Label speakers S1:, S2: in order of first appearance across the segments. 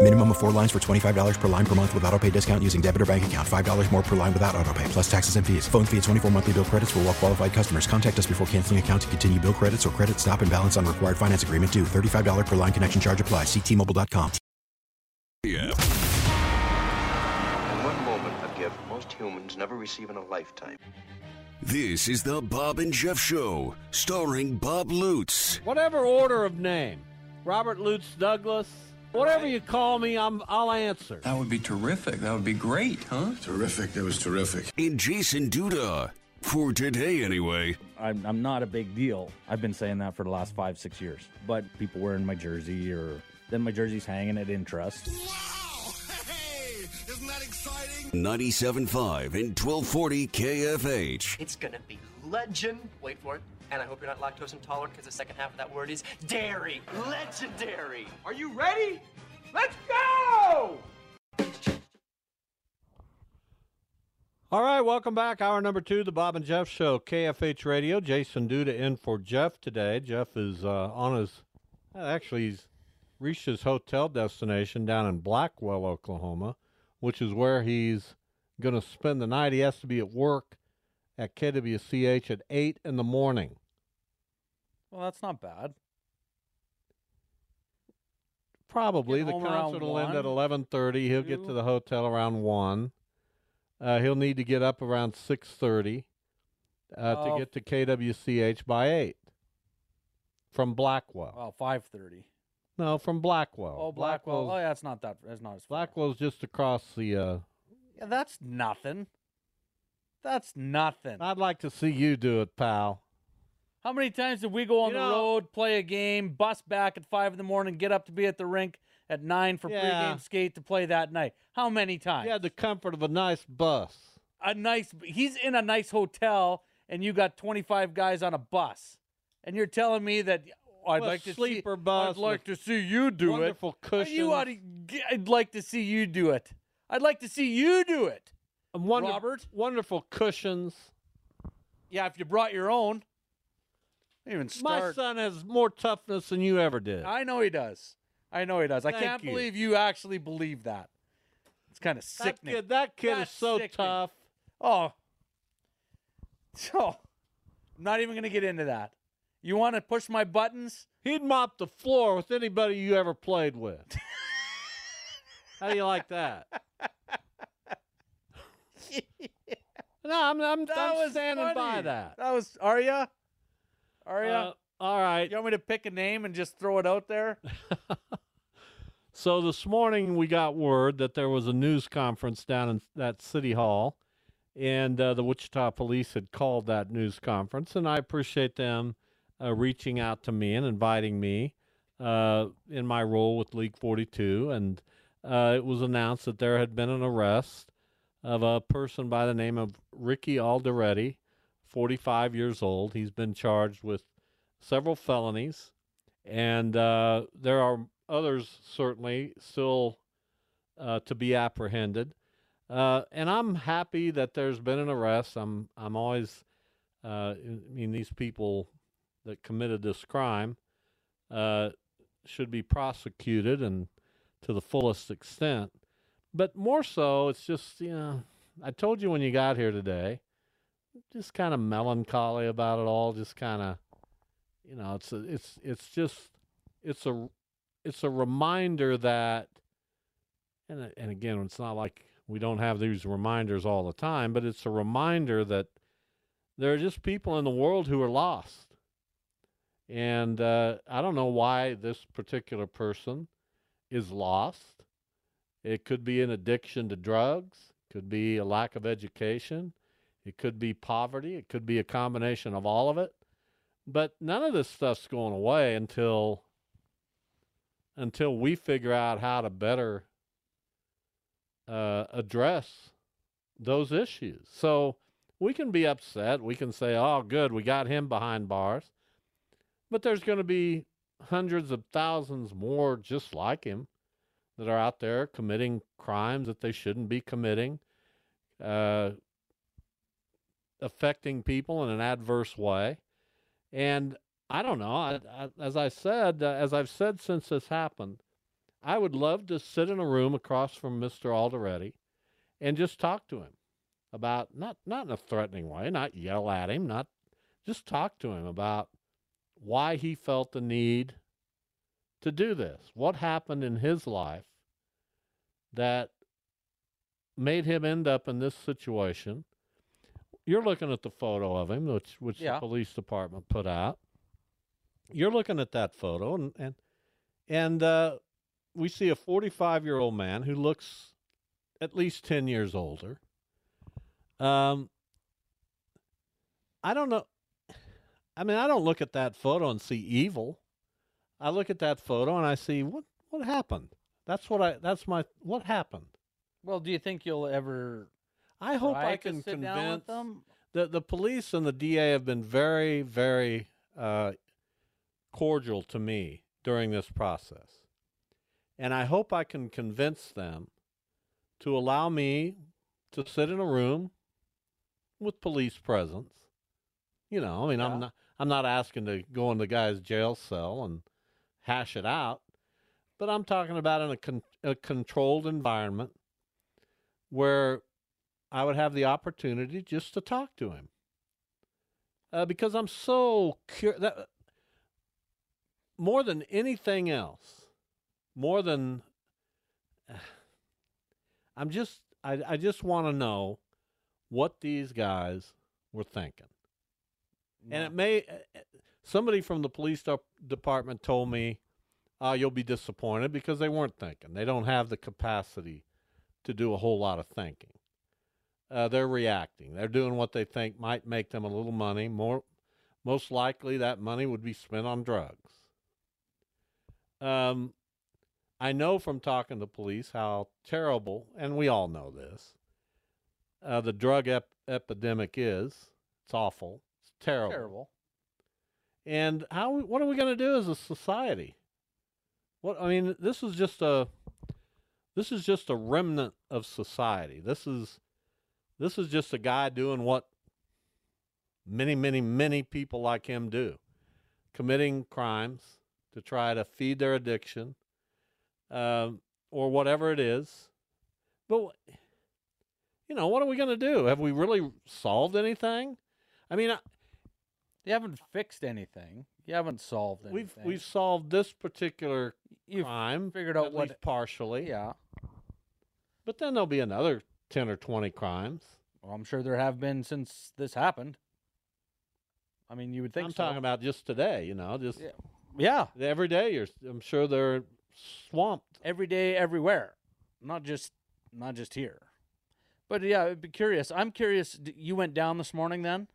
S1: Minimum of four lines for $25 per line per month with auto pay discount using debit or bank account. $5 more per line without auto pay, plus taxes and fees. Phone fee at 24 monthly bill credits for all well qualified customers. Contact us before canceling account to continue bill credits or credit stop and balance on required finance agreement due. $35 per line connection charge apply. Ctmobile.com.
S2: Yeah.
S3: In one moment a gift most humans never receive in a lifetime.
S2: This is the Bob and Jeff Show, starring Bob Lutz.
S4: Whatever order of name, Robert Lutz Douglas, Whatever you call me, I'm, I'll answer.
S5: That would be terrific. That would be great, huh?
S6: Terrific. That was terrific.
S2: In Jason Duda, for today anyway.
S7: I'm, I'm not a big deal. I've been saying that for the last five, six years. But people wearing my jersey or then my jersey's hanging at interest.
S2: Wow! Hey! Isn't that exciting? 97.5 and 1240 KFH.
S8: It's going to be legend. Wait for it and I hope you're not lactose intolerant because the second half of that word is dairy. Legendary.
S9: Are you ready? Let's go!
S4: All right, welcome back. Hour number two, the Bob and Jeff Show, KFH Radio. Jason Duda in for Jeff today. Jeff is uh, on his, actually, he's reached his hotel destination down in Blackwell, Oklahoma, which is where he's going to spend the night. He has to be at work at KWCH at 8 in the morning.
S7: Well, that's not bad.
S4: Probably the concert will end at 11:30. He'll get to the hotel around 1. Uh, he'll need to get up around 6:30 uh,
S7: Oh.
S4: to get to KWCH by 8 from Blackwell.
S7: Well, 5.30.
S4: No, from Blackwell.
S7: Oh, Blackwell.
S4: Blackwell's,
S7: Oh, yeah, it's not that. It's not as far.
S4: Blackwell's just across the uh,
S7: Yeah, that's nothing. That's nothing.
S4: I'd like to see you do it, pal.
S7: How many times did we go on
S4: You
S7: the
S4: know-
S7: road, play a game, bus back at five in the morning, get up to be at the rink at nine for
S4: Yeah.
S7: pregame skate to play that night? How many times?
S4: You had the comfort of a nice bus.
S7: a nice. He's in a nice hotel, and you got twenty five guys on a bus, and you're telling me that "Oh, I'd
S4: A
S7: like to
S4: sleeper
S7: see,
S4: bus
S7: I'd like to
S4: with
S7: see you do
S4: wonderful
S7: it. Uh, You ought to, g- I'd like to see you do it. I'd like to see you do it.
S4: And wonder-
S7: Robert?
S4: Wonderful cushions.
S7: Yeah, if you brought your own. Don't Even
S4: My
S7: start.
S4: son has more toughness than you ever did.
S7: I know he does. I know he does. I
S4: Thank
S7: can't
S4: you.
S7: believe you actually believe that. It's kind of sickening.
S4: That kid, that kid
S7: That's
S4: is so
S7: sickening.
S4: tough.
S7: Oh. So, I'm not even going to get into that. You want to push my buttons?
S4: He'd mop the floor with anybody you ever played with. How do you like that? No, I'm, I'm,
S7: That
S4: I'm
S7: was
S4: standing by
S7: funny.
S4: that.
S7: That was Arya. Arya,
S4: Uh, all right.
S7: you want me to pick a name and just throw it out there?
S4: So this morning we got word that there was a news conference down in that city hall, and uh, the Wichita police had called that news conference, and I appreciate them uh, reaching out to me and inviting me uh, in my role with League 42, and uh, it was announced that there had been an arrest of a person by the name of Ricky Alderetti, 45 years old. He's been charged with several felonies and uh, there are others certainly still uh, to be apprehended. Uh, and I'm happy that there's been an arrest. I'm I'm always, uh, I mean, these people that committed this crime uh, should be prosecuted and to the fullest extent. But more so, it's just, you know, I told you when you got here today, just kind of melancholy about it all, just kind of, you know, it's a, it's it's just it's a it's a reminder that and and again, it's not like we don't have these reminders all the time, but it's a reminder that there are just people in the world who are lost. And uh, I don't know why this particular person is lost. It could be an addiction to drugs, could be a lack of education, it could be poverty, it could be a combination of all of it. But none of this stuff's going away until until we figure out how to better uh, address those issues. So we can be upset. We can say, oh, good, we got him behind bars. But there's going to be hundreds of thousands more just like him that are out there committing crimes that they shouldn't be committing, uh, affecting people in an adverse way. And I don't know. I, I, as I said, uh, as I've said since this happened, I would love to sit in a room across from Mr. Alderetti and just talk to him about not not in a threatening way, not yell at him, not just talk to him about why he felt the need to do this. What happened in his life that made him end up in this situation? You're looking at the photo of him, which which
S7: Yeah.
S4: the police department put out. You're looking at that photo, and and and uh, we see a 45 year old man who looks at least 10 years older. Um, I don't know. I mean, I don't look at that photo and see evil. I look at that photo and I see what what happened. That's what I. That's my what happened.
S7: Well, do you think you'll ever?
S4: I hope
S7: try
S4: I
S7: to
S4: can
S7: sit down
S4: convince
S7: with them.
S4: the the police and the DA have been very very uh, cordial to me during this process, and I hope I can convince them to allow me to sit in a room with police presence. You know, I mean, I'm not I'm not asking to go in the guy's jail cell and hash it out, but I'm talking about in a, con- a controlled environment where I would have the opportunity just to talk to him. Uh, because I'm so curious. That, more than anything else, more than I'm just I, I just want to know what these guys were thinking. And it may somebody from the police dep- department told me, "Oh, you'll be disappointed because they weren't thinking. They don't have the capacity to do a whole lot of thinking. Uh, they're reacting. They're doing what they think might make them a little money. More, most likely, that money would be spent on drugs." Um, I know from talking to police how terrible, and we all know this, uh, the drug ep- epidemic is. It's awful. It's terrible.
S7: Terrible.
S4: And how? What are we going to do as a society? What I mean, this is just a, this is just a remnant of society. This is, this is just a guy doing what many, many, many people like him do, committing crimes to try to feed their addiction, um, or whatever it is. But wh- you know, what are we going to do? Have we really solved anything? I mean, I,
S7: You haven't fixed anything. You haven't solved
S4: we've
S7: anything.
S4: we've solved this particular crime,
S7: figured out
S4: at
S7: what-
S4: least partially.
S7: Yeah.
S4: But then there'll be another ten or twenty crimes.
S7: Well, I'm sure there have been since this happened. I mean, you would think.
S4: I'm
S7: so.
S4: talking about just today. You know, just
S7: Yeah. yeah.
S4: Every day, you're. I'm sure they're swamped
S7: every day, everywhere, not just not just here. But yeah, I'd be curious. I'm curious. d- You went down this morning, then?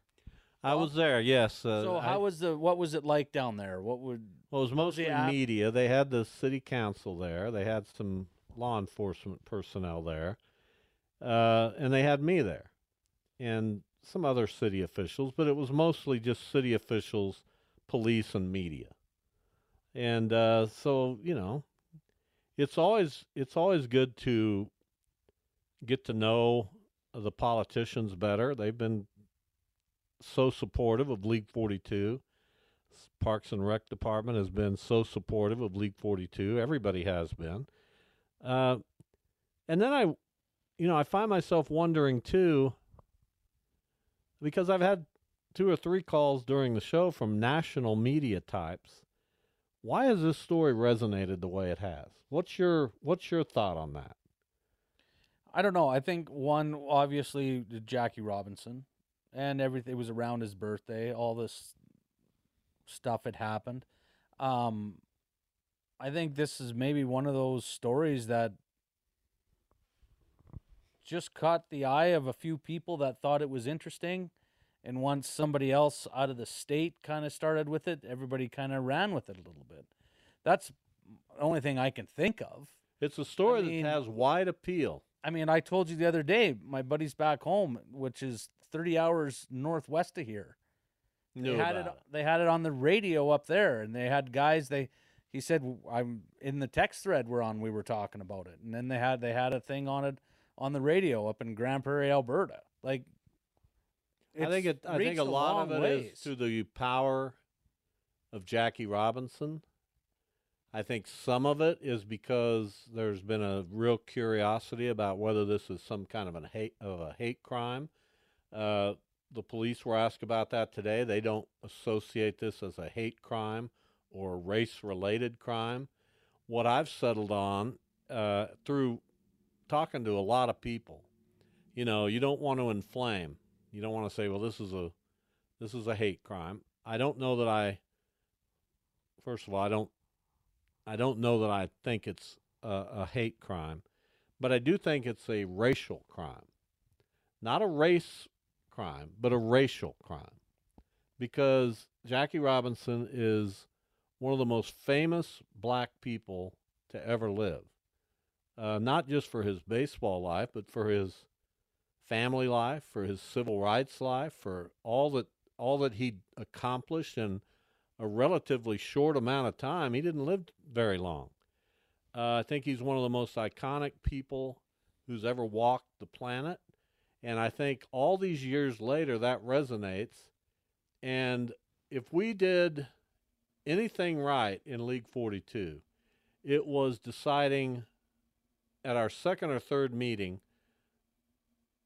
S4: I was there. Yes. Uh,
S7: so
S4: I-
S7: how was the? What was it like down there? What would?
S4: Well, it was mostly
S7: app-
S4: media. They had the city council there. They had some law enforcement personnel there, uh, and they had me there, and some other city officials. But it was mostly just city officials, police, and media. And uh, so you know, it's always it's always good to get to know the politicians better. They've been so supportive of League Forty Two. Parks and Rec Department has been so supportive of League 42. Everybody has been. Uh, and then I, you know, I find myself wondering too, because I've had two or three calls during the show from national media types. Why has this story resonated the way it has? What's your What's your thought on that?
S7: I don't know. I think one obviously Jackie Robinson, and everything it was around his birthday. All this stuff had happened. Um, I think this is maybe one of those stories that just caught the eye of a few people that thought it was interesting. And once somebody else out of the state kind of started with it, everybody kind of ran with it a little bit. That's the only thing I can think of.
S4: It's a story that has wide appeal.
S7: I mean, I told you the other day, my buddy's back home, which is 30 hours northwest of here. They
S4: Knew
S7: had it,
S4: about
S7: They had it on the radio up there, and they had guys. They he said "W- I'm in the text thread we're on. We were talking about it, and then they had they had a thing on it on the radio up in Grand Prairie, Alberta. Like,
S4: I think it,
S7: it's
S4: I think
S7: reached
S4: a lot of
S7: long
S4: it is
S7: ways.
S4: to the power of Jackie Robinson. I think some of it is because there's been a real curiosity about whether this is some kind of an hate of a hate crime. Uh, the police were asked about that today. They don't associate this as a hate crime or race related crime. What I've settled on uh, through talking to a lot of people you know, you don't want to inflame. You don't want to say, "Well, this is a this is a hate crime." I don't know that I first of all, I don't I don't know that I think it's a, a hate crime, but I do think it's a racial crime. Not a race crime, but a racial crime. Because Jackie Robinson is one of the most famous black people to ever live. Uh, not just for his baseball life, but for his family life, for his civil rights life, for all that all that he accomplished in a relatively short amount of time. He didn't live very long. Uh, I think he's one of the most iconic people who's ever walked the planet, and I think all these years later that resonates. And if we did anything right in League 42, it was deciding at our second or third meeting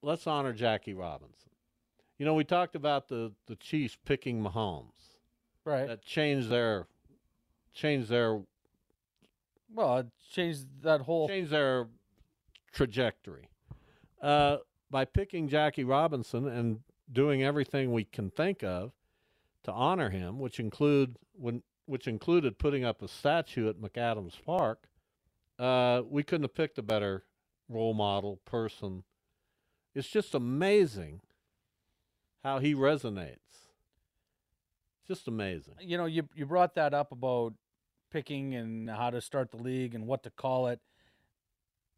S4: let's honor Jackie Robinson. You know, we talked about the the Chiefs picking Mahomes.
S7: Right.
S4: That changed their changed their
S7: well, it changed that whole
S4: changed their trajectory uh, by picking Jackie Robinson and doing everything we can think of to honor him, which include when which included putting up a statue at McAdams Park. Uh, we couldn't have picked a better role model person. It's just amazing how he resonates. Just amazing.
S7: you know, you you brought that up about picking and how to start the league and what to call it.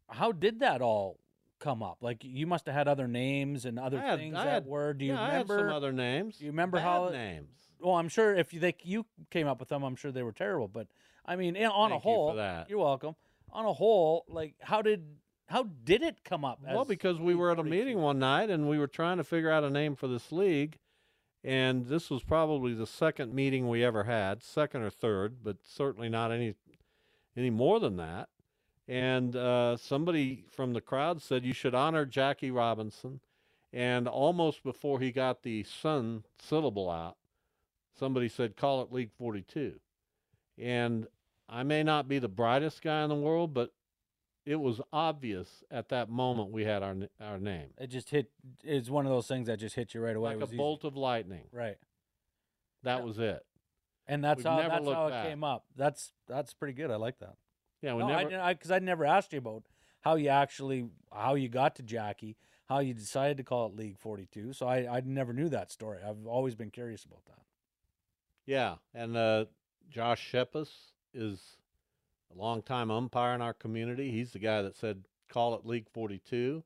S7: How did that all come up? Like you must have had other names and other
S4: I had-
S7: things
S4: I
S7: that
S4: had-
S7: were. Do you
S4: yeah, I had some
S7: remember
S4: other names?
S7: Do you remember
S4: Bad
S7: how
S4: names.
S7: Well, I'm sure if you think you came up with them, I'm sure they were terrible. But I mean, eh, on a
S4: Thank you for
S7: whole,
S4: that.
S7: you're welcome. On a whole, like how did how did it come up?
S4: well,
S7: as-
S4: because we were at a meeting one night and we were trying to figure out a name for this league. And this was probably the second meeting we ever had, second or third, but certainly not any any more than that. And uh, somebody from the crowd said you should honor Jackie Robinson. And almost before he got the sun syllable out, somebody said call it League 42. And I may not be the brightest guy in the world, but it was obvious at that moment we had our n- our name
S7: it just hit. It's one of those things that just hit you right away. It
S4: like a
S7: was easy.
S4: bolt of lightning.
S7: right?
S4: That was it.
S7: And that's
S4: We've
S7: how
S4: never
S7: that's
S4: looked
S7: how it
S4: back.
S7: came up. That's that's pretty good. I like that.
S4: Yeah, we
S7: no,
S4: never.
S7: I because I, never asked you about how you actually how you got to Jackie, how you decided to call it League Forty Two. So I I never knew that story. I've always been curious about that.
S4: Yeah, and uh, Josh Sheppis is a longtime umpire in our community. He's the guy that said call it League 42.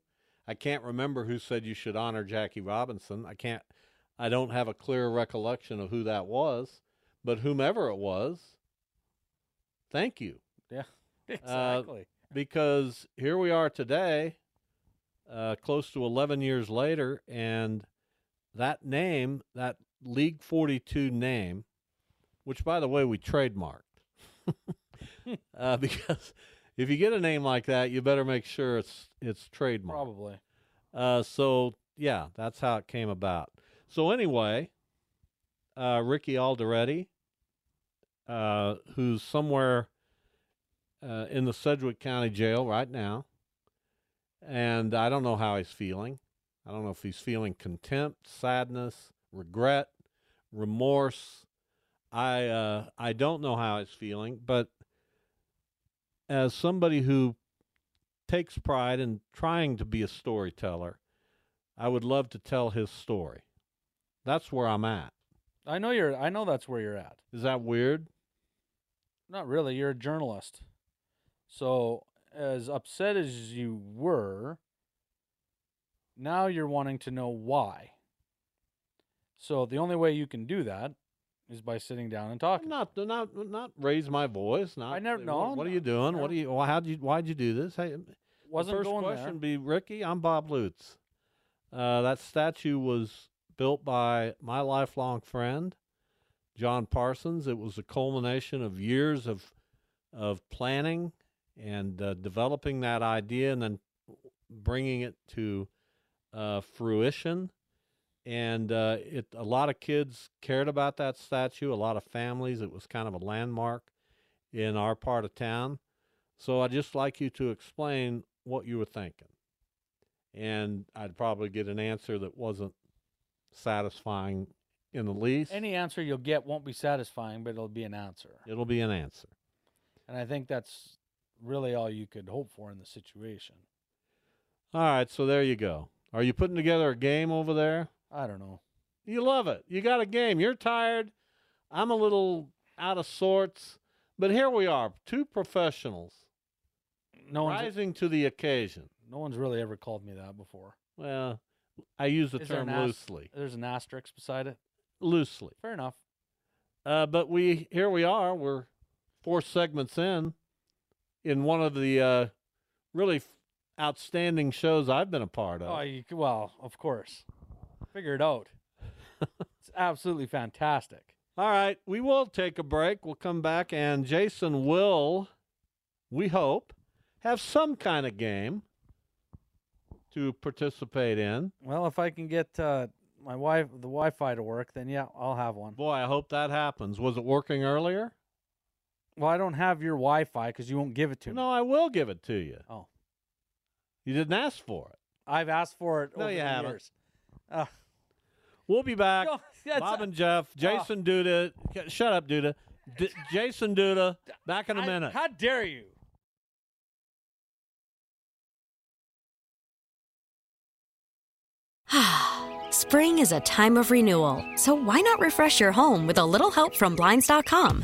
S4: I can't remember who said you should honor Jackie Robinson. I can't. I don't have a clear recollection of who that was, but whomever it was, thank you.
S7: Yeah,
S4: Uh,
S7: exactly.
S4: because here we are today, uh, close to 11 years later, and that name, that League 42 name, which by the way we trademarked, uh, because if you get a name like that, you better make sure it's it's trademarked.
S7: Probably.
S4: Uh, so yeah, that's how it came about. So anyway, uh, Ricky Alderetti, uh, who's somewhere uh, in the Sedgwick County Jail right now, and I don't know how he's feeling. I don't know if he's feeling contempt, sadness, regret, remorse. I uh, I don't know how he's feeling, but as somebody who takes pride in trying to be a storyteller, I would love to tell his story. That's where I'm at.
S7: I know you're. I know that's where you're at.
S4: Is that weird?
S7: Not really. You're a journalist, so as upset as you were, now you're wanting to know why. So the only way you can do that is by sitting down and talking.
S4: Not, not, not raise my voice. Not.
S7: I never
S4: say,
S7: know.
S4: What, what are you doing? What are you? Why how'd you? Why'd you do this? Hey, the
S7: Wasn't
S4: first
S7: going
S4: question
S7: there.
S4: would be Ricky. I'm Bob Lutz. Uh, that statue was built by my lifelong friend, John Parsons. It was the culmination of years of of planning and uh, developing that idea, and then bringing it to uh, fruition and uh, it a lot of kids cared about that statue. A lot of families. It was kind of a landmark in our part of town. So I'd just like you to explain what you were thinking, and I'd probably get an answer that wasn't satisfying in the least.
S7: Any answer you'll get won't be satisfying, but it'll be an answer.
S4: It'll be an answer.
S7: And I think that's really all you could hope for in the situation.
S4: All right, so there you go. Are you putting together a game over there?
S7: I don't know.
S4: You love it. You got a game. You're tired. I'm a little out of sorts, but here we are, two professionals
S7: No one's
S4: rising to the occasion.
S7: no one's really ever called me that before.
S4: Well, I use the
S7: Is there
S4: term
S7: an as-
S4: loosely.
S7: There's an asterisk beside it.
S4: Loosely.
S7: Fair enough.
S4: Uh, but we here we are. We're four segments in, in one of the uh, really f- outstanding shows I've been a part of.
S7: Oh, you, c- well, of course. Figure it out. it's absolutely fantastic.
S4: All right, we will take a break. We'll come back, and Jason will, we hope, have some kind of game to participate in.
S7: Well, if I can get uh, my wife the Wi-Fi to work, then yeah, I'll have one.
S4: Boy, I hope that happens. Was it working earlier?
S7: Well, I don't have your Wi-Fi because you won't give it to me.
S4: No, I will give it to you.
S7: Oh.
S4: You didn't ask for it.
S7: I've asked for it.
S4: No,
S7: over
S4: you
S7: the
S4: haven't.
S7: Years. Ugh.
S4: We'll be back.
S7: No, that's- Oh.
S4: Bob and Jeff, Jason Duda. K- Shut up, Duda. D- Jason Duda, back in a
S7: I-
S4: minute.
S7: How dare you?
S10: Spring is a time of renewal, so why not refresh your home with a little help from Blinds.com?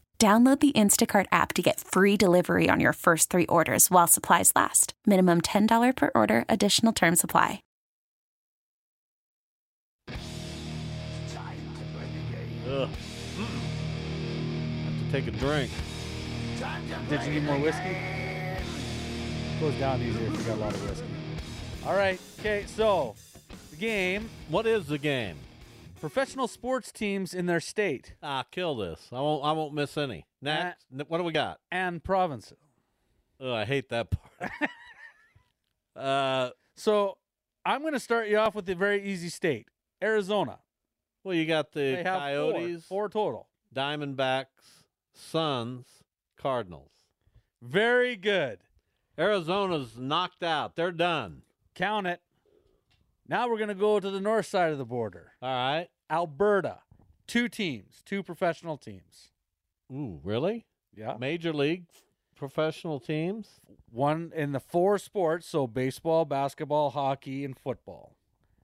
S11: Download the Instacart app to get free delivery on your first three orders while supplies last. Minimum $10 per order, additional term supply.
S4: Ugh. Have to take a drink.
S7: Did you need more whiskey? Goes down easier if you got a lot of whiskey. All right. Okay. So, the game.
S4: What is the game?
S7: Professional sports teams in their state
S4: Ah, kill this. I won't. I won't miss any. Next, N- what do we got?
S7: and provinces.
S4: Oh, I hate that part. uh,
S7: so, I'm going to start you off with a very easy state Arizona.
S4: well, you got the
S7: They have four-
S4: Coyotes,
S7: four total.
S4: Diamondbacks, Suns, Cardinals.
S7: Very good.
S4: Arizona's knocked out. They're done.
S7: Count it. Now we're going to go to the north side of the border.
S4: All right.
S7: Alberta, two teams, two professional teams.
S4: Ooh, really?
S7: Yeah.
S4: Major league professional teams.
S7: One in the four sports, so baseball, basketball, hockey, and football.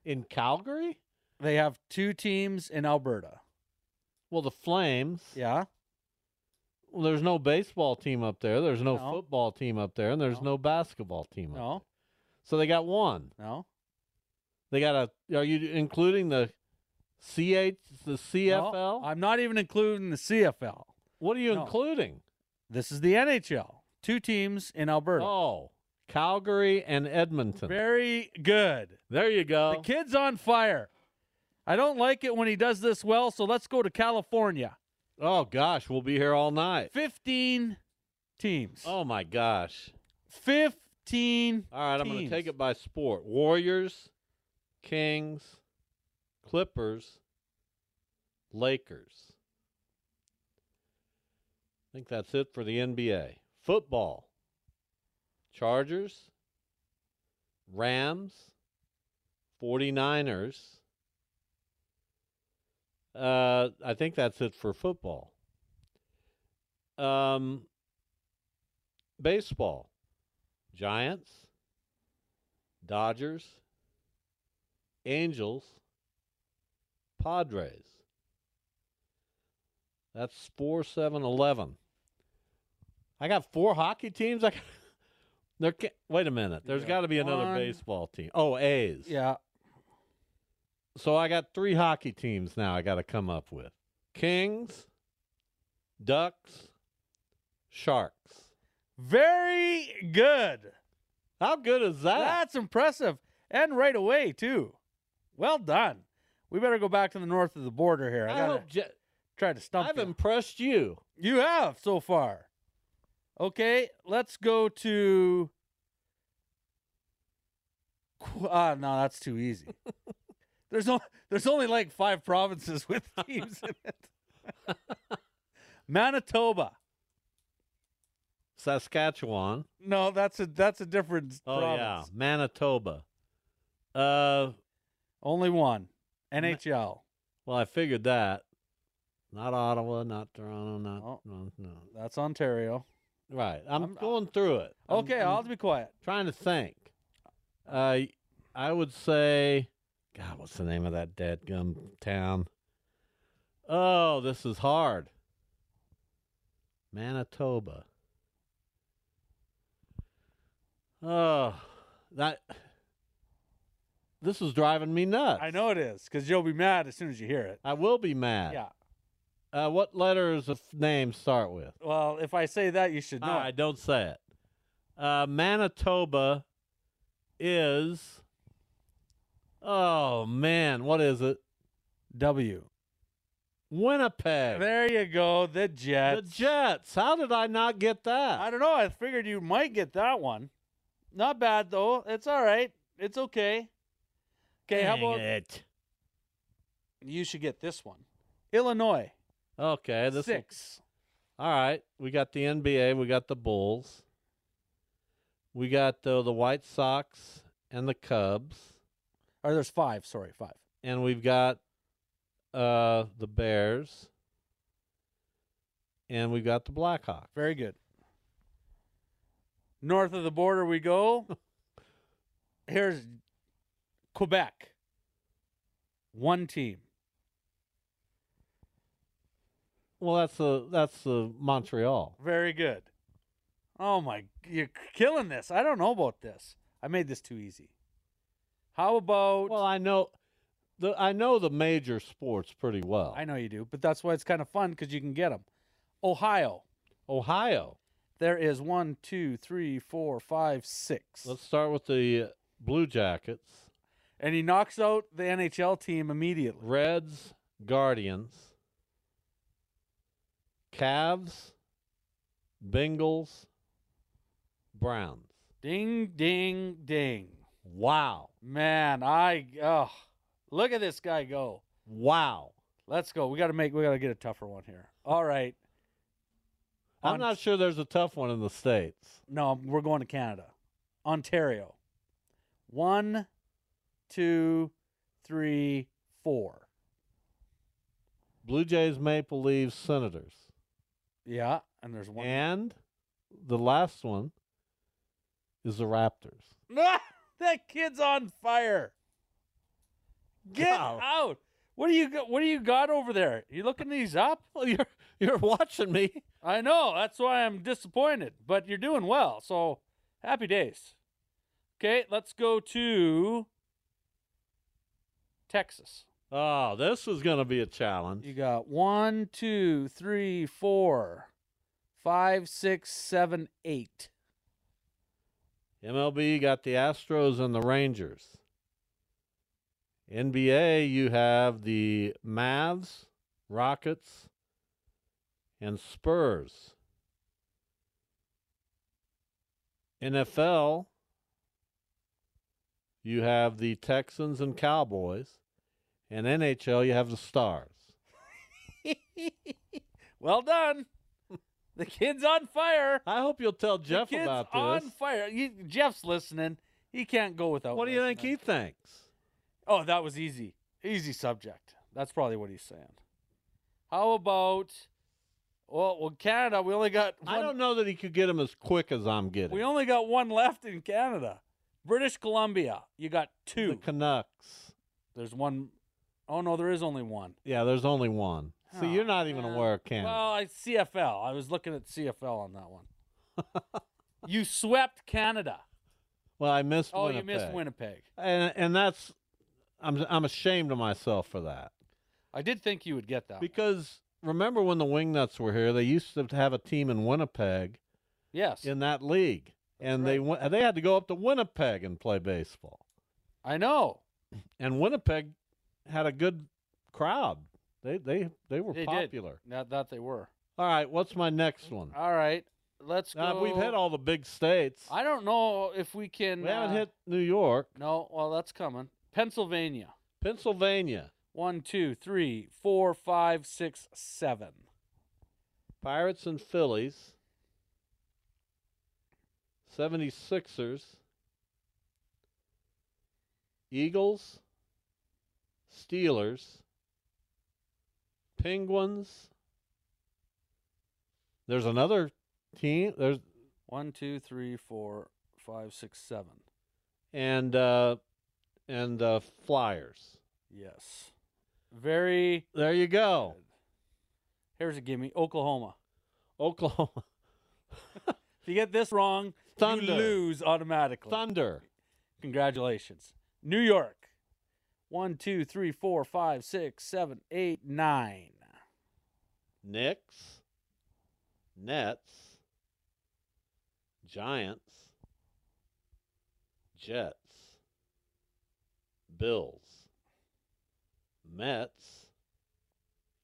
S4: In Calgary?
S7: They have two teams in Alberta.
S4: Well, the Flames.
S7: Yeah.
S4: Well, there's no baseball team up there. There's no,
S7: No.
S4: football team up there, and there's no, basketball team. Up.
S7: No.
S4: So they got one.
S7: No.
S4: They got a. Are you including the CH the CFL?
S7: No, I'm not even including the CFL.
S4: What are you
S7: No.
S4: including?
S7: This is the NHL. Two teams in Alberta.
S4: Oh, Calgary and Edmonton.
S7: Very good.
S4: There you go.
S7: The kid's on fire. I don't like it when he does this well, so let's go to California.
S4: oh gosh, we'll be here all night.
S7: 15 teams.
S4: Oh my gosh.
S7: 15.
S4: All right, I'm going
S7: Teams.
S4: to take it by sport. Warriors, Kings, Clippers, Lakers. I think that's it for the NBA. Football. Chargers, Rams, 49ers. Uh, I think that's it for football. Um, baseball. Giants, Dodgers, Angels, Padres. That's 4 7 11. I got four hockey teams. I got, there can, wait a minute. There's
S7: got
S4: got to be another
S7: one.
S4: baseball team. Oh, A's.
S7: Yeah.
S4: So I got three hockey teams now I got to come up with Kings, Ducks, Sharks.
S7: Very good.
S4: How good is that?
S7: That's impressive. And right away, too. Well done. We better go back to the north of the border here. I,
S4: I,
S7: gotta
S4: hope Je-
S7: try to stump
S4: I've
S7: you.
S4: impressed you.
S7: You have so far. Okay, let's go to. Qu- Ah, no, that's too easy. there's no, there's only like five provinces with teams in it. Manitoba.
S4: Saskatchewan.
S7: No, that's a that's a different
S4: Oh yeah,
S7: province.
S4: Manitoba. Uh,
S7: Only one. NHL.
S4: well, I figured that. Not Ottawa, not Toronto, not
S7: Oh.
S4: no, no.
S7: That's Ontario.
S4: Right, I'm,
S7: I'm-
S4: going through it. I'm-
S7: Okay,
S4: I'm
S7: I'll be quiet.
S4: trying to think. Uh, I would say, God, what's the name of that dead gum town? Oh, this is hard. Manitoba. Oh, that. This is driving me nuts.
S7: I know it is because you'll be mad as soon as you hear it.
S4: I will be mad.
S7: Yeah.
S4: Uh, what letters of names start with?
S7: Well, if I say that, you should know.
S4: All right, don't say it. Uh, Manitoba is. Oh man, what is it?
S7: W.
S4: Winnipeg.
S7: There you go. The Jets.
S4: the Jets. How did I not get that?
S7: I don't know. I figured you might get that one. Not bad though. It's all right. It's okay. Okay, how
S4: Dang
S7: about
S4: it?
S7: you should get this one. Illinois.
S4: Okay, this
S7: six.
S4: All right, we got the NBA, we got the Bulls, we got uh, the White Sox and the Cubs,
S7: Or there's five. Sorry, five.
S4: and we've got uh, the Bears, and we've got the Blackhawks.
S7: Very good. North of the border we go. Here's Quebec. One team.
S4: Well, that's the that's the Montreal.
S7: Very good. Oh my, you're killing this. I don't know about this. I made this too easy. How about?
S4: Well, I know the I know the major sports pretty well.
S7: I know you do, but that's why it's kind of fun because you can get them. Ohio.
S4: Ohio.
S7: There is one, two, three, four, five, six.
S4: Let's start with the Blue Jackets,
S7: And he knocks out the NHL team immediately.
S4: Reds, Guardians, Cavs, Bengals, Browns.
S7: Ding, ding, ding.
S4: Wow.
S7: Man, I oh, look at this guy go.
S4: Wow.
S7: Let's go. We got to make. We got to get a tougher one here. All right.
S4: I'm
S7: On-
S4: not sure there's a tough one in the states.
S7: No, we're going to Canada. Ontario. One, two, three, four.
S4: Blue Jays, Maple Leafs, Senators,
S7: Yeah, and there's one.
S4: and the last one is the Raptors.
S7: Ah, that kid's on fire. Get
S4: Wow.
S7: out. What do you got? What do you got over there? You looking these up?
S4: Well, you're you're watching me.
S7: I know. That's why I'm disappointed. But you're doing well, so happy days. Okay, let's go to Texas.
S4: Oh, this is going to be a challenge.
S7: You got one, two, three, four, five, six, seven, eight.
S4: MLB you got the Astros and the Rangers. NBA you have the Mavs, Rockets, and Spurs. NFL you have the Texans and Cowboys, and NHL you have the Stars.
S7: Well done. the kid's on fire.
S4: I hope you'll tell
S7: The
S4: Jeff
S7: kid's
S4: about
S7: on
S4: this.
S7: fire. You, Jeff's listening. He can't go without.
S4: What do you think
S7: listening.
S4: he thinks?
S7: Oh, that was easy. Easy subject. That's probably what he's saying. How about? Well, well, Canada. We only got. One,
S4: I don't know that he could get him as quick as I'm getting.
S7: We only got one left in Canada. British Columbia. You got two.
S4: The Canucks.
S7: There's one oh no, there is only one.
S4: Yeah, there's only one. So
S7: Oh,
S4: you're not even
S7: man.
S4: aware of Canada.
S7: Well, I CFL. I was looking at CFL on that one. you swept Canada.
S4: Well, I missed.
S7: Oh,
S4: Winnipeg.
S7: you missed Winnipeg.
S4: And and that's, I'm I'm ashamed of myself for that
S7: I did think you would get that. one.
S4: because remember when the Wingnuts were here, they used to have a team in Winnipeg
S7: yes,
S4: in that league, and they went they had to go up to Winnipeg and play baseball,
S7: I know.
S4: and Winnipeg had a good crowd. They they they were
S7: They did.
S4: popular.
S7: Not that they were.
S4: All right, what's my next one?
S7: All right, let's go.
S4: Uh, we've hit all the big states.
S7: I don't know if we can.
S4: we haven't
S7: uh,
S4: hit New York,
S7: No, well, that's coming. Pennsylvania.
S4: Pennsylvania,
S7: One, two, three, four, five, six, seven.
S4: Pirates and Phillies, 76ers, Eagles, Steelers, Penguins. There's another team. There's
S7: One, two, three, four, five, six, seven.
S4: and uh and uh Flyers.
S7: Yes. Very.
S4: There you go.
S7: Oh. Here's a gimme Oklahoma.
S4: Oklahoma
S7: If you get this wrong,
S4: Thunder.
S7: you lose automatically.
S4: Thunder.
S7: Congratulations. New York. One, two, three, four, five, six, seven, eight, nine.
S4: Knicks, Nets, Giants, Jets, Bills, Mets,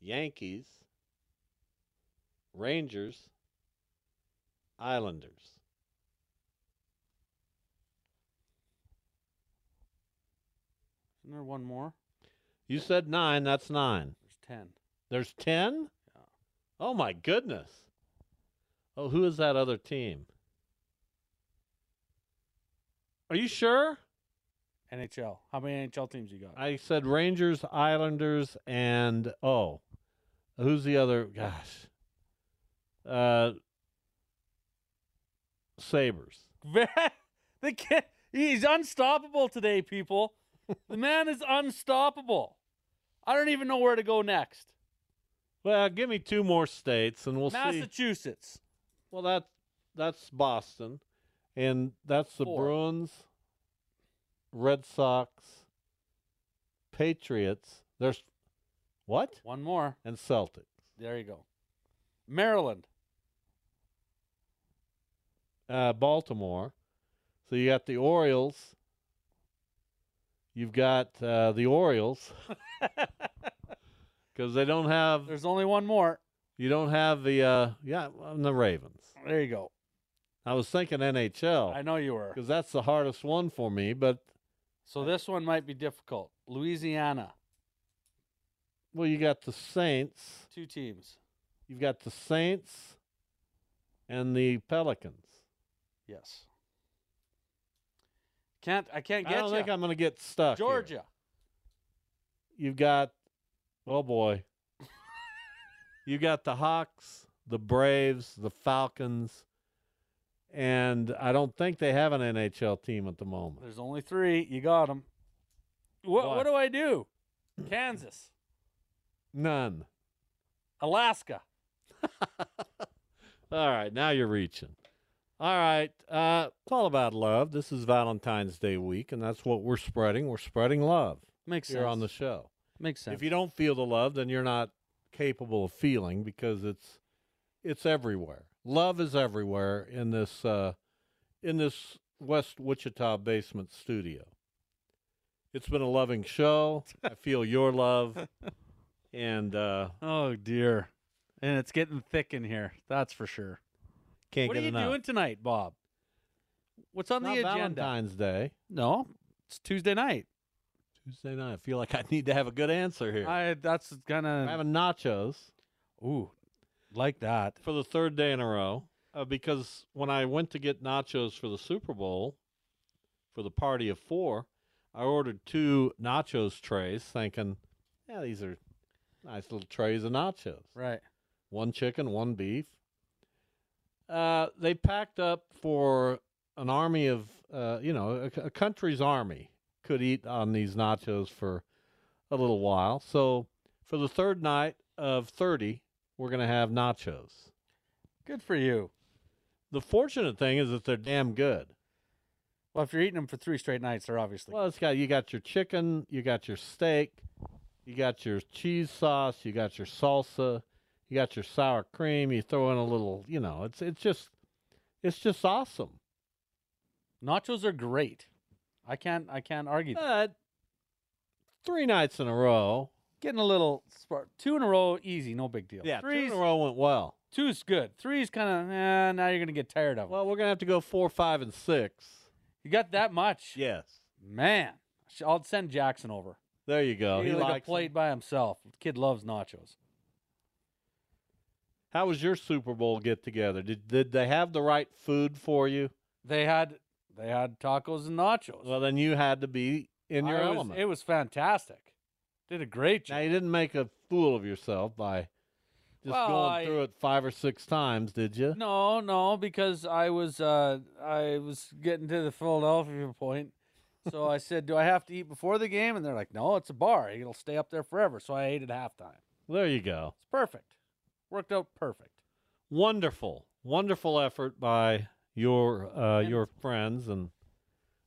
S4: Yankees, Rangers, Islanders.
S7: Isn't there one more?
S4: You said nine, that's nine.
S7: There's ten.
S4: There's 10? Oh my goodness. Oh, who is that other team? Are you sure?
S7: NHL. How many NHL teams you got?
S4: I said Rangers, Islanders, and oh, who's the other? Gosh, uh, Sabers.
S7: the kid, he's unstoppable today, people. The man is unstoppable. I don't even know where to go next.
S4: Well, give me two more states, and we'll see.
S7: Massachusetts.
S4: Well, that that's Boston, and that's the
S7: Four.
S4: Bruins, Red Sox, Patriots. There's what?
S7: One more.
S4: And Celtic.
S7: There you go. Maryland.
S4: uh, Baltimore. So you got the Orioles. You've got uh, the Orioles because they don't have.
S7: There's only one more.
S4: You don't have the uh, yeah um, the Ravens.
S7: There you go.
S4: I was thinking NHL
S7: I know you were.
S4: because that's the hardest one for me. But
S7: So this one might be difficult. Louisiana.
S4: well, you got the Saints.
S7: Two teams.
S4: You've got the Saints and the Pelicans.
S7: Yes. Can't I can't
S4: I
S7: get
S4: don't
S7: you.
S4: think I'm going to get stuck. here.
S7: Georgia.
S4: You've got, oh boy, you got the Hawks, the Braves, the Falcons, and I don't think they have an NHL team at the moment.
S7: There's only three. You got them. What,
S4: Why?
S7: what do I do? Kansas,
S4: None.
S7: Alaska.
S4: All right, now you're reaching. All right, uh, it's all about love. This is Valentine's Day week, and that's what we're spreading. We're spreading love.
S7: Makes
S4: here on the
S7: sense.
S4: show.
S7: Makes sense.
S4: If you don't feel the love, then you're not capable of feeling because it's it's everywhere. Love is everywhere in this uh, in this West Wichita basement studio. It's been a loving show. I feel your love, and uh,
S7: Oh dear, and it's getting thick in here. That's for sure.
S4: can't
S7: what
S4: get
S7: are you
S4: enough.
S7: doing tonight, Bob? What's on
S4: Not
S7: the agenda?
S4: Valentine's Day,
S7: No, it's Tuesday night.
S4: Tuesday night. I feel like I need to have a good answer here.
S7: I that's
S4: I'm
S7: gonna
S4: having nachos
S7: ooh like that.
S4: for the third day in a row uh, because when I went to get nachos for the Super Bowl for the party of four, I ordered two nachos trays, thinking, "Yeah, these are nice little trays of nachos.
S7: Right.
S4: One chicken, one beef." Uh, they packed up for an army of, uh, you know, a c a a country's army could eat on these nachos for a little while. So for the third night of thirty, we're gonna have nachos.
S7: Good for you.
S4: The fortunate thing is that they're damn good.
S7: Well, if you're eating them for three straight nights, they're obviously
S4: Well, it's got you got your chicken, you got your steak, you got your cheese sauce, you got your salsa, you got your sour cream. You throw in a little, you know, it's it's just it's just awesome.
S7: nachos are great. I can't I can't argue. that.
S4: But three nights in a row,
S7: Getting a little spark. Two in a row, easy, no big deal.
S4: yeah,
S7: Three's,
S4: two in a row went well.
S7: Two's good. Three's kind of eh, now you're gonna get tired of. 'em.
S4: Well, we're gonna have to go four, five, and six.
S7: you got that much,
S4: Yes,
S7: man. Sh- I'll send Jackson over.
S4: there you go.
S7: He
S4: He
S7: like
S4: likes
S7: a plate by himself. Kid loves nachos.
S4: them. How was your Super Bowl get together? Did did they have the right food for you?
S7: They had they had tacos and nachos.
S4: Well, then you had to be in your
S7: I was-
S4: element.
S7: It was fantastic. Did a great
S4: Now
S7: job.
S4: you didn't make a fool of yourself by just
S7: Well,
S4: going
S7: I-
S4: through it five or six times, did you?
S7: No, no, because I was uh, I was getting to the Philadelphia point. So I said, "Do I have to eat before the game?" And they're like, "No, it's a bar. It'll stay up there forever." So I ate at halftime.
S4: There you go.
S7: It's perfect. Worked out perfect.
S4: Wonderful, wonderful effort by your uh, your friends, and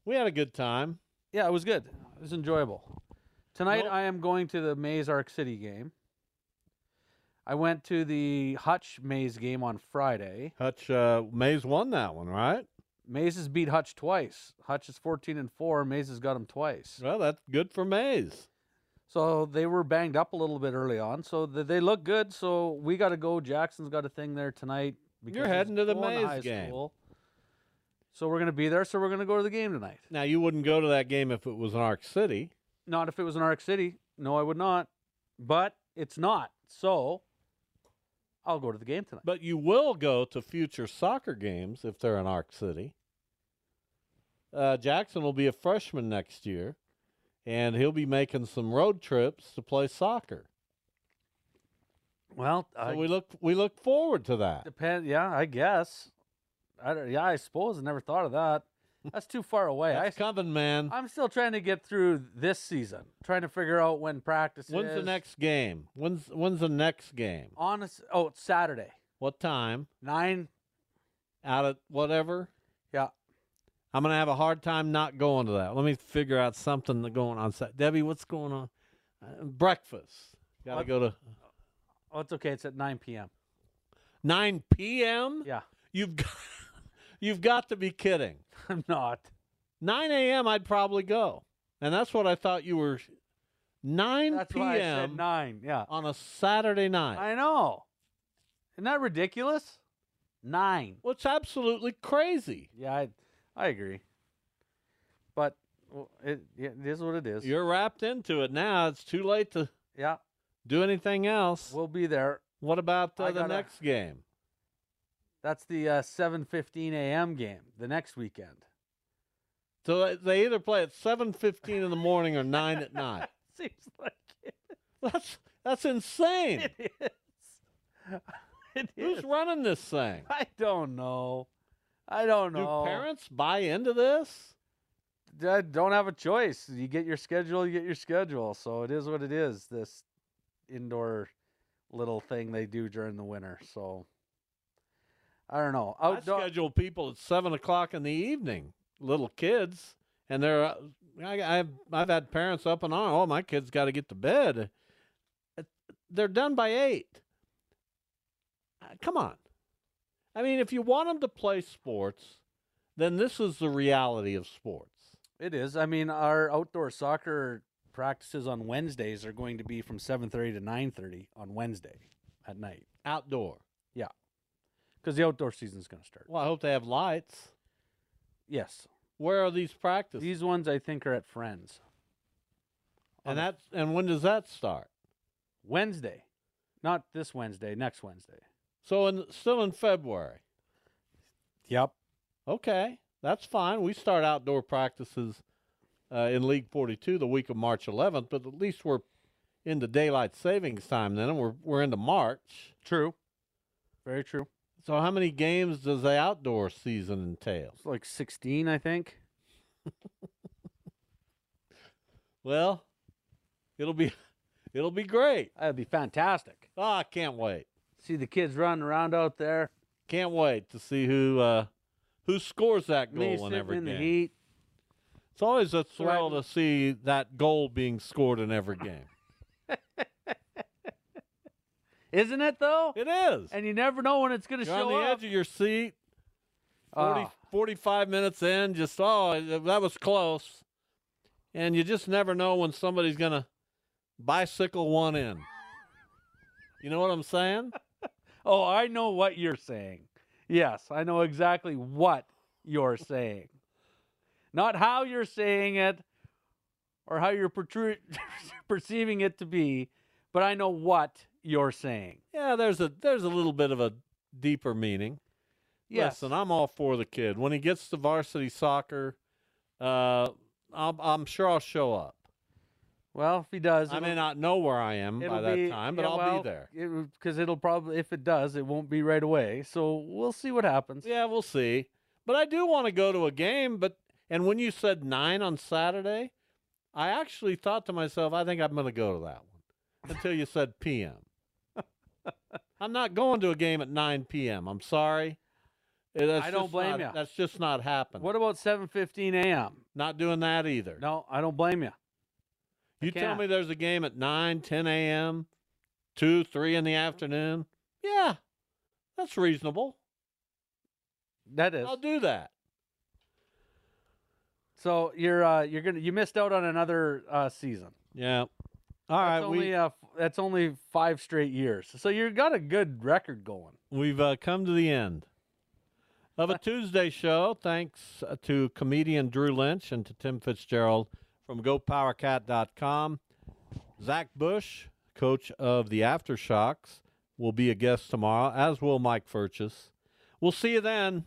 S4: we had a good time.
S7: Yeah, it was good. It was enjoyable. Tonight
S4: Nope.
S7: I am going to the Mays Arc City game. I went to the Hutch Mays game on Friday.
S4: Hutch uh, Mays won that one, right?
S7: Mays has beat Hutch twice. Hutch is 14 and 4. Mays has got him twice.
S4: Well, that's good for Mays.
S7: So they were banged up a little bit early on. So th- they look good. So we got to go. Jackson's got a thing there tonight. because he's
S4: heading to the
S7: going
S4: Mays
S7: high
S4: game.
S7: school. So we're going to be there. So we're going to go to the game tonight.
S4: Now you wouldn't go to that game if it was in Arc City.
S7: Not if it was in Arc City. No, I would not. But it's not. So I'll go to the game tonight.
S4: But you will go to future soccer games if they're in Arc City. Uh, Jackson will be a freshman next year, and he'll be making some road trips to play soccer.
S7: Well,
S4: So we look we look forward to that.
S7: Depend. Yeah, I guess. I don't, yeah, I suppose I never thought of that. That's too far away.
S4: That's
S7: I,
S4: coming, man.
S7: I'm still trying to get through this season, trying to figure out when practice
S4: When's
S7: is.
S4: the next game? When's when's the next game?
S7: Honest. Oh, it's Saturday.
S4: What time?
S7: Nine.
S4: Out at whatever.
S7: Yeah.
S4: I'm gonna have a hard time not going to that. Let me figure out something that going on. Sat- Debbie, what's going on? Uh, breakfast. Gotta
S7: What?
S4: go to
S7: Oh, it's okay. It's at 9 p.m.
S4: 9 p.m.
S7: Yeah.
S4: You've got, you've got to be kidding.
S7: I'm not.
S4: 9 a.m. I'd probably go, and that's what I thought you were. 9
S7: That's
S4: p.m.
S7: why I said nine. Yeah.
S4: on a Saturday night.
S7: I know. Isn't that ridiculous? Nine.
S4: Well, it's absolutely crazy.
S7: Yeah, I, I agree. But well, it, yeah, it is what it is.
S4: You're wrapped into it now. It's too late to
S7: yeah,
S4: do anything else.
S7: we'll be there.
S4: What about uh,
S7: I
S4: the
S7: gotta-
S4: next game?
S7: That's the uh, 7:15 a.m. game the next weekend.
S4: So uh, they either play at 7:15 in the morning or 9 at night.
S7: Seems like it,
S4: That's that's insane.
S7: it is. It
S4: Who's
S7: is.
S4: running this thing?
S7: I don't know. I don't know.
S4: Do parents buy into this?
S7: I don't have a choice. You get your schedule, you get your schedule. So it is what it is. This indoor little thing they do during the winter. So I don't know. Outdoor.
S4: I schedule people at seven o'clock in the evening, little kids, and they're. uh, I, I've I've had parents up and on. Oh, my kids got to get to bed. Uh, They're done by eight. Uh, Come on, I mean, if you want them to play sports, then this is the reality of sports.
S7: It is. I mean, our outdoor soccer practices on Wednesdays are going to be from 7:30 to 9:30 on Wednesday at night.
S4: Outdoor.
S7: Yeah. Cuz the outdoor season's going to start.
S4: Well, I hope they have lights.
S7: Yes.
S4: Where are these practices?
S7: These ones I think are at Friends.
S4: and that's and when does that start?
S7: Wednesday. Not this Wednesday, next Wednesday.
S4: So in still in February.
S7: Yep.
S4: Okay, that's fine. We start outdoor practices uh, in League 42 the week of March 11th, but at least we're into daylight savings time then, and we're we're into March.
S7: True. Very true.
S4: So how many games does the outdoor season entail?
S7: It's like 16, I think.
S4: Well, it'll be it'll be great.
S7: That'd be fantastic.
S4: Oh, I can't wait.
S7: See the kids running around out there.
S4: Can't wait to see who uh, who scores that goal
S7: Me
S4: in
S7: sitting
S4: every
S7: in the
S4: game.
S7: heat.
S4: It's always a thrill
S7: Threaten-
S4: to see that goal being scored in every game.
S7: Isn't it though?
S4: It is.
S7: And you never know when it's going to
S4: You're on
S7: show
S4: the
S7: up.
S4: edge of your seat. 40,
S7: Ah.
S4: 45 minutes in, just, oh, th- that was close. And you just never know when somebody's going to bicycle one in. you know what I'm saying?
S7: Oh, I know what you're saying. Yes, I know exactly what you're saying. Not how you're saying it or how you're protru- perceiving it to be, but I know what you're saying.
S4: Yeah, there's a there's a little bit of a deeper meaning.
S7: Yes.
S4: Listen, I'm all for the kid. When he gets to varsity soccer, uh, I'll, I'm sure I'll show up.
S7: well, if he does,
S4: I
S7: it'll-
S4: may not know where I am by
S7: it'll
S4: that
S7: be-
S4: time, but
S7: yeah,
S4: I'll
S7: well,
S4: be there.
S7: Because it, 'cause it'll probably, if it does, it won't be right away. So we'll see what happens.
S4: Yeah, we'll see. But I do want to go to a game. But and when you said nine on Saturday, I actually thought to myself, I think I'm going to go to that one. Until you said p.m. I'm not going to a game at 9 p.m. I'm sorry. Eh, that's
S7: I don't
S4: just
S7: blame
S4: not-
S7: ya.
S4: That's just not happening.
S7: What about 7:15 a.m.?
S4: not doing that either.
S7: No, I don't blame you.
S4: you tell
S7: can't.
S4: me there's a game at 9, 10 a.m., 2, 3 in the afternoon. Yeah, that's reasonable.
S7: That is.
S4: I'll do that.
S7: So you're uh, you're gonna you missed out on another uh, season.
S4: Yeah. All right.
S7: that's only,
S4: we,
S7: uh, f- that's only five straight years. So you got a good record going.
S4: We've uh, come to the end of a Tuesday show. Thanks uh, to comedian Drew Lynch and to Tim Fitzgerald from GoPowerCat.com. Zach Bush, coach of the Aftershocks. will be a guest tomorrow, as will Mike Furchess. We'll see you then.